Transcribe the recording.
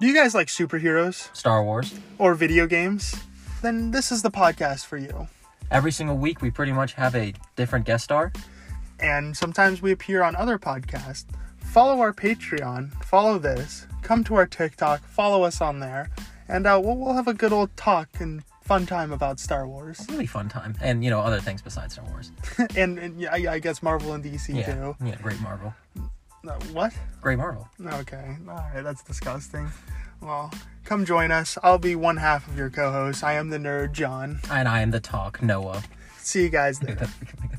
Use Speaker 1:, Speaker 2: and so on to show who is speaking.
Speaker 1: Do you guys like superheroes
Speaker 2: Star Wars.
Speaker 1: or video games? Then this is the podcast for you.
Speaker 2: Every single week, we pretty much have a different guest star.
Speaker 1: And sometimes we appear on other podcasts. Follow our Patreon, follow this, come to our TikTok, follow us on there, and uh, we'll, we'll have a good old talk and fun time about Star Wars.
Speaker 2: Really fun time, and you know other things besides Star Wars.
Speaker 1: and and yeah, I I guess Marvel and DC
Speaker 2: Yeah,
Speaker 1: too.
Speaker 2: yeah, great Marvel,
Speaker 1: Uh, what?
Speaker 2: great Marvel.
Speaker 1: Okay, alright, that's disgusting. Well, come join us. I'll be one half of your co host. I am the nerd, John.
Speaker 2: And I am the talk Noah.
Speaker 1: See you guys there.
Speaker 2: That-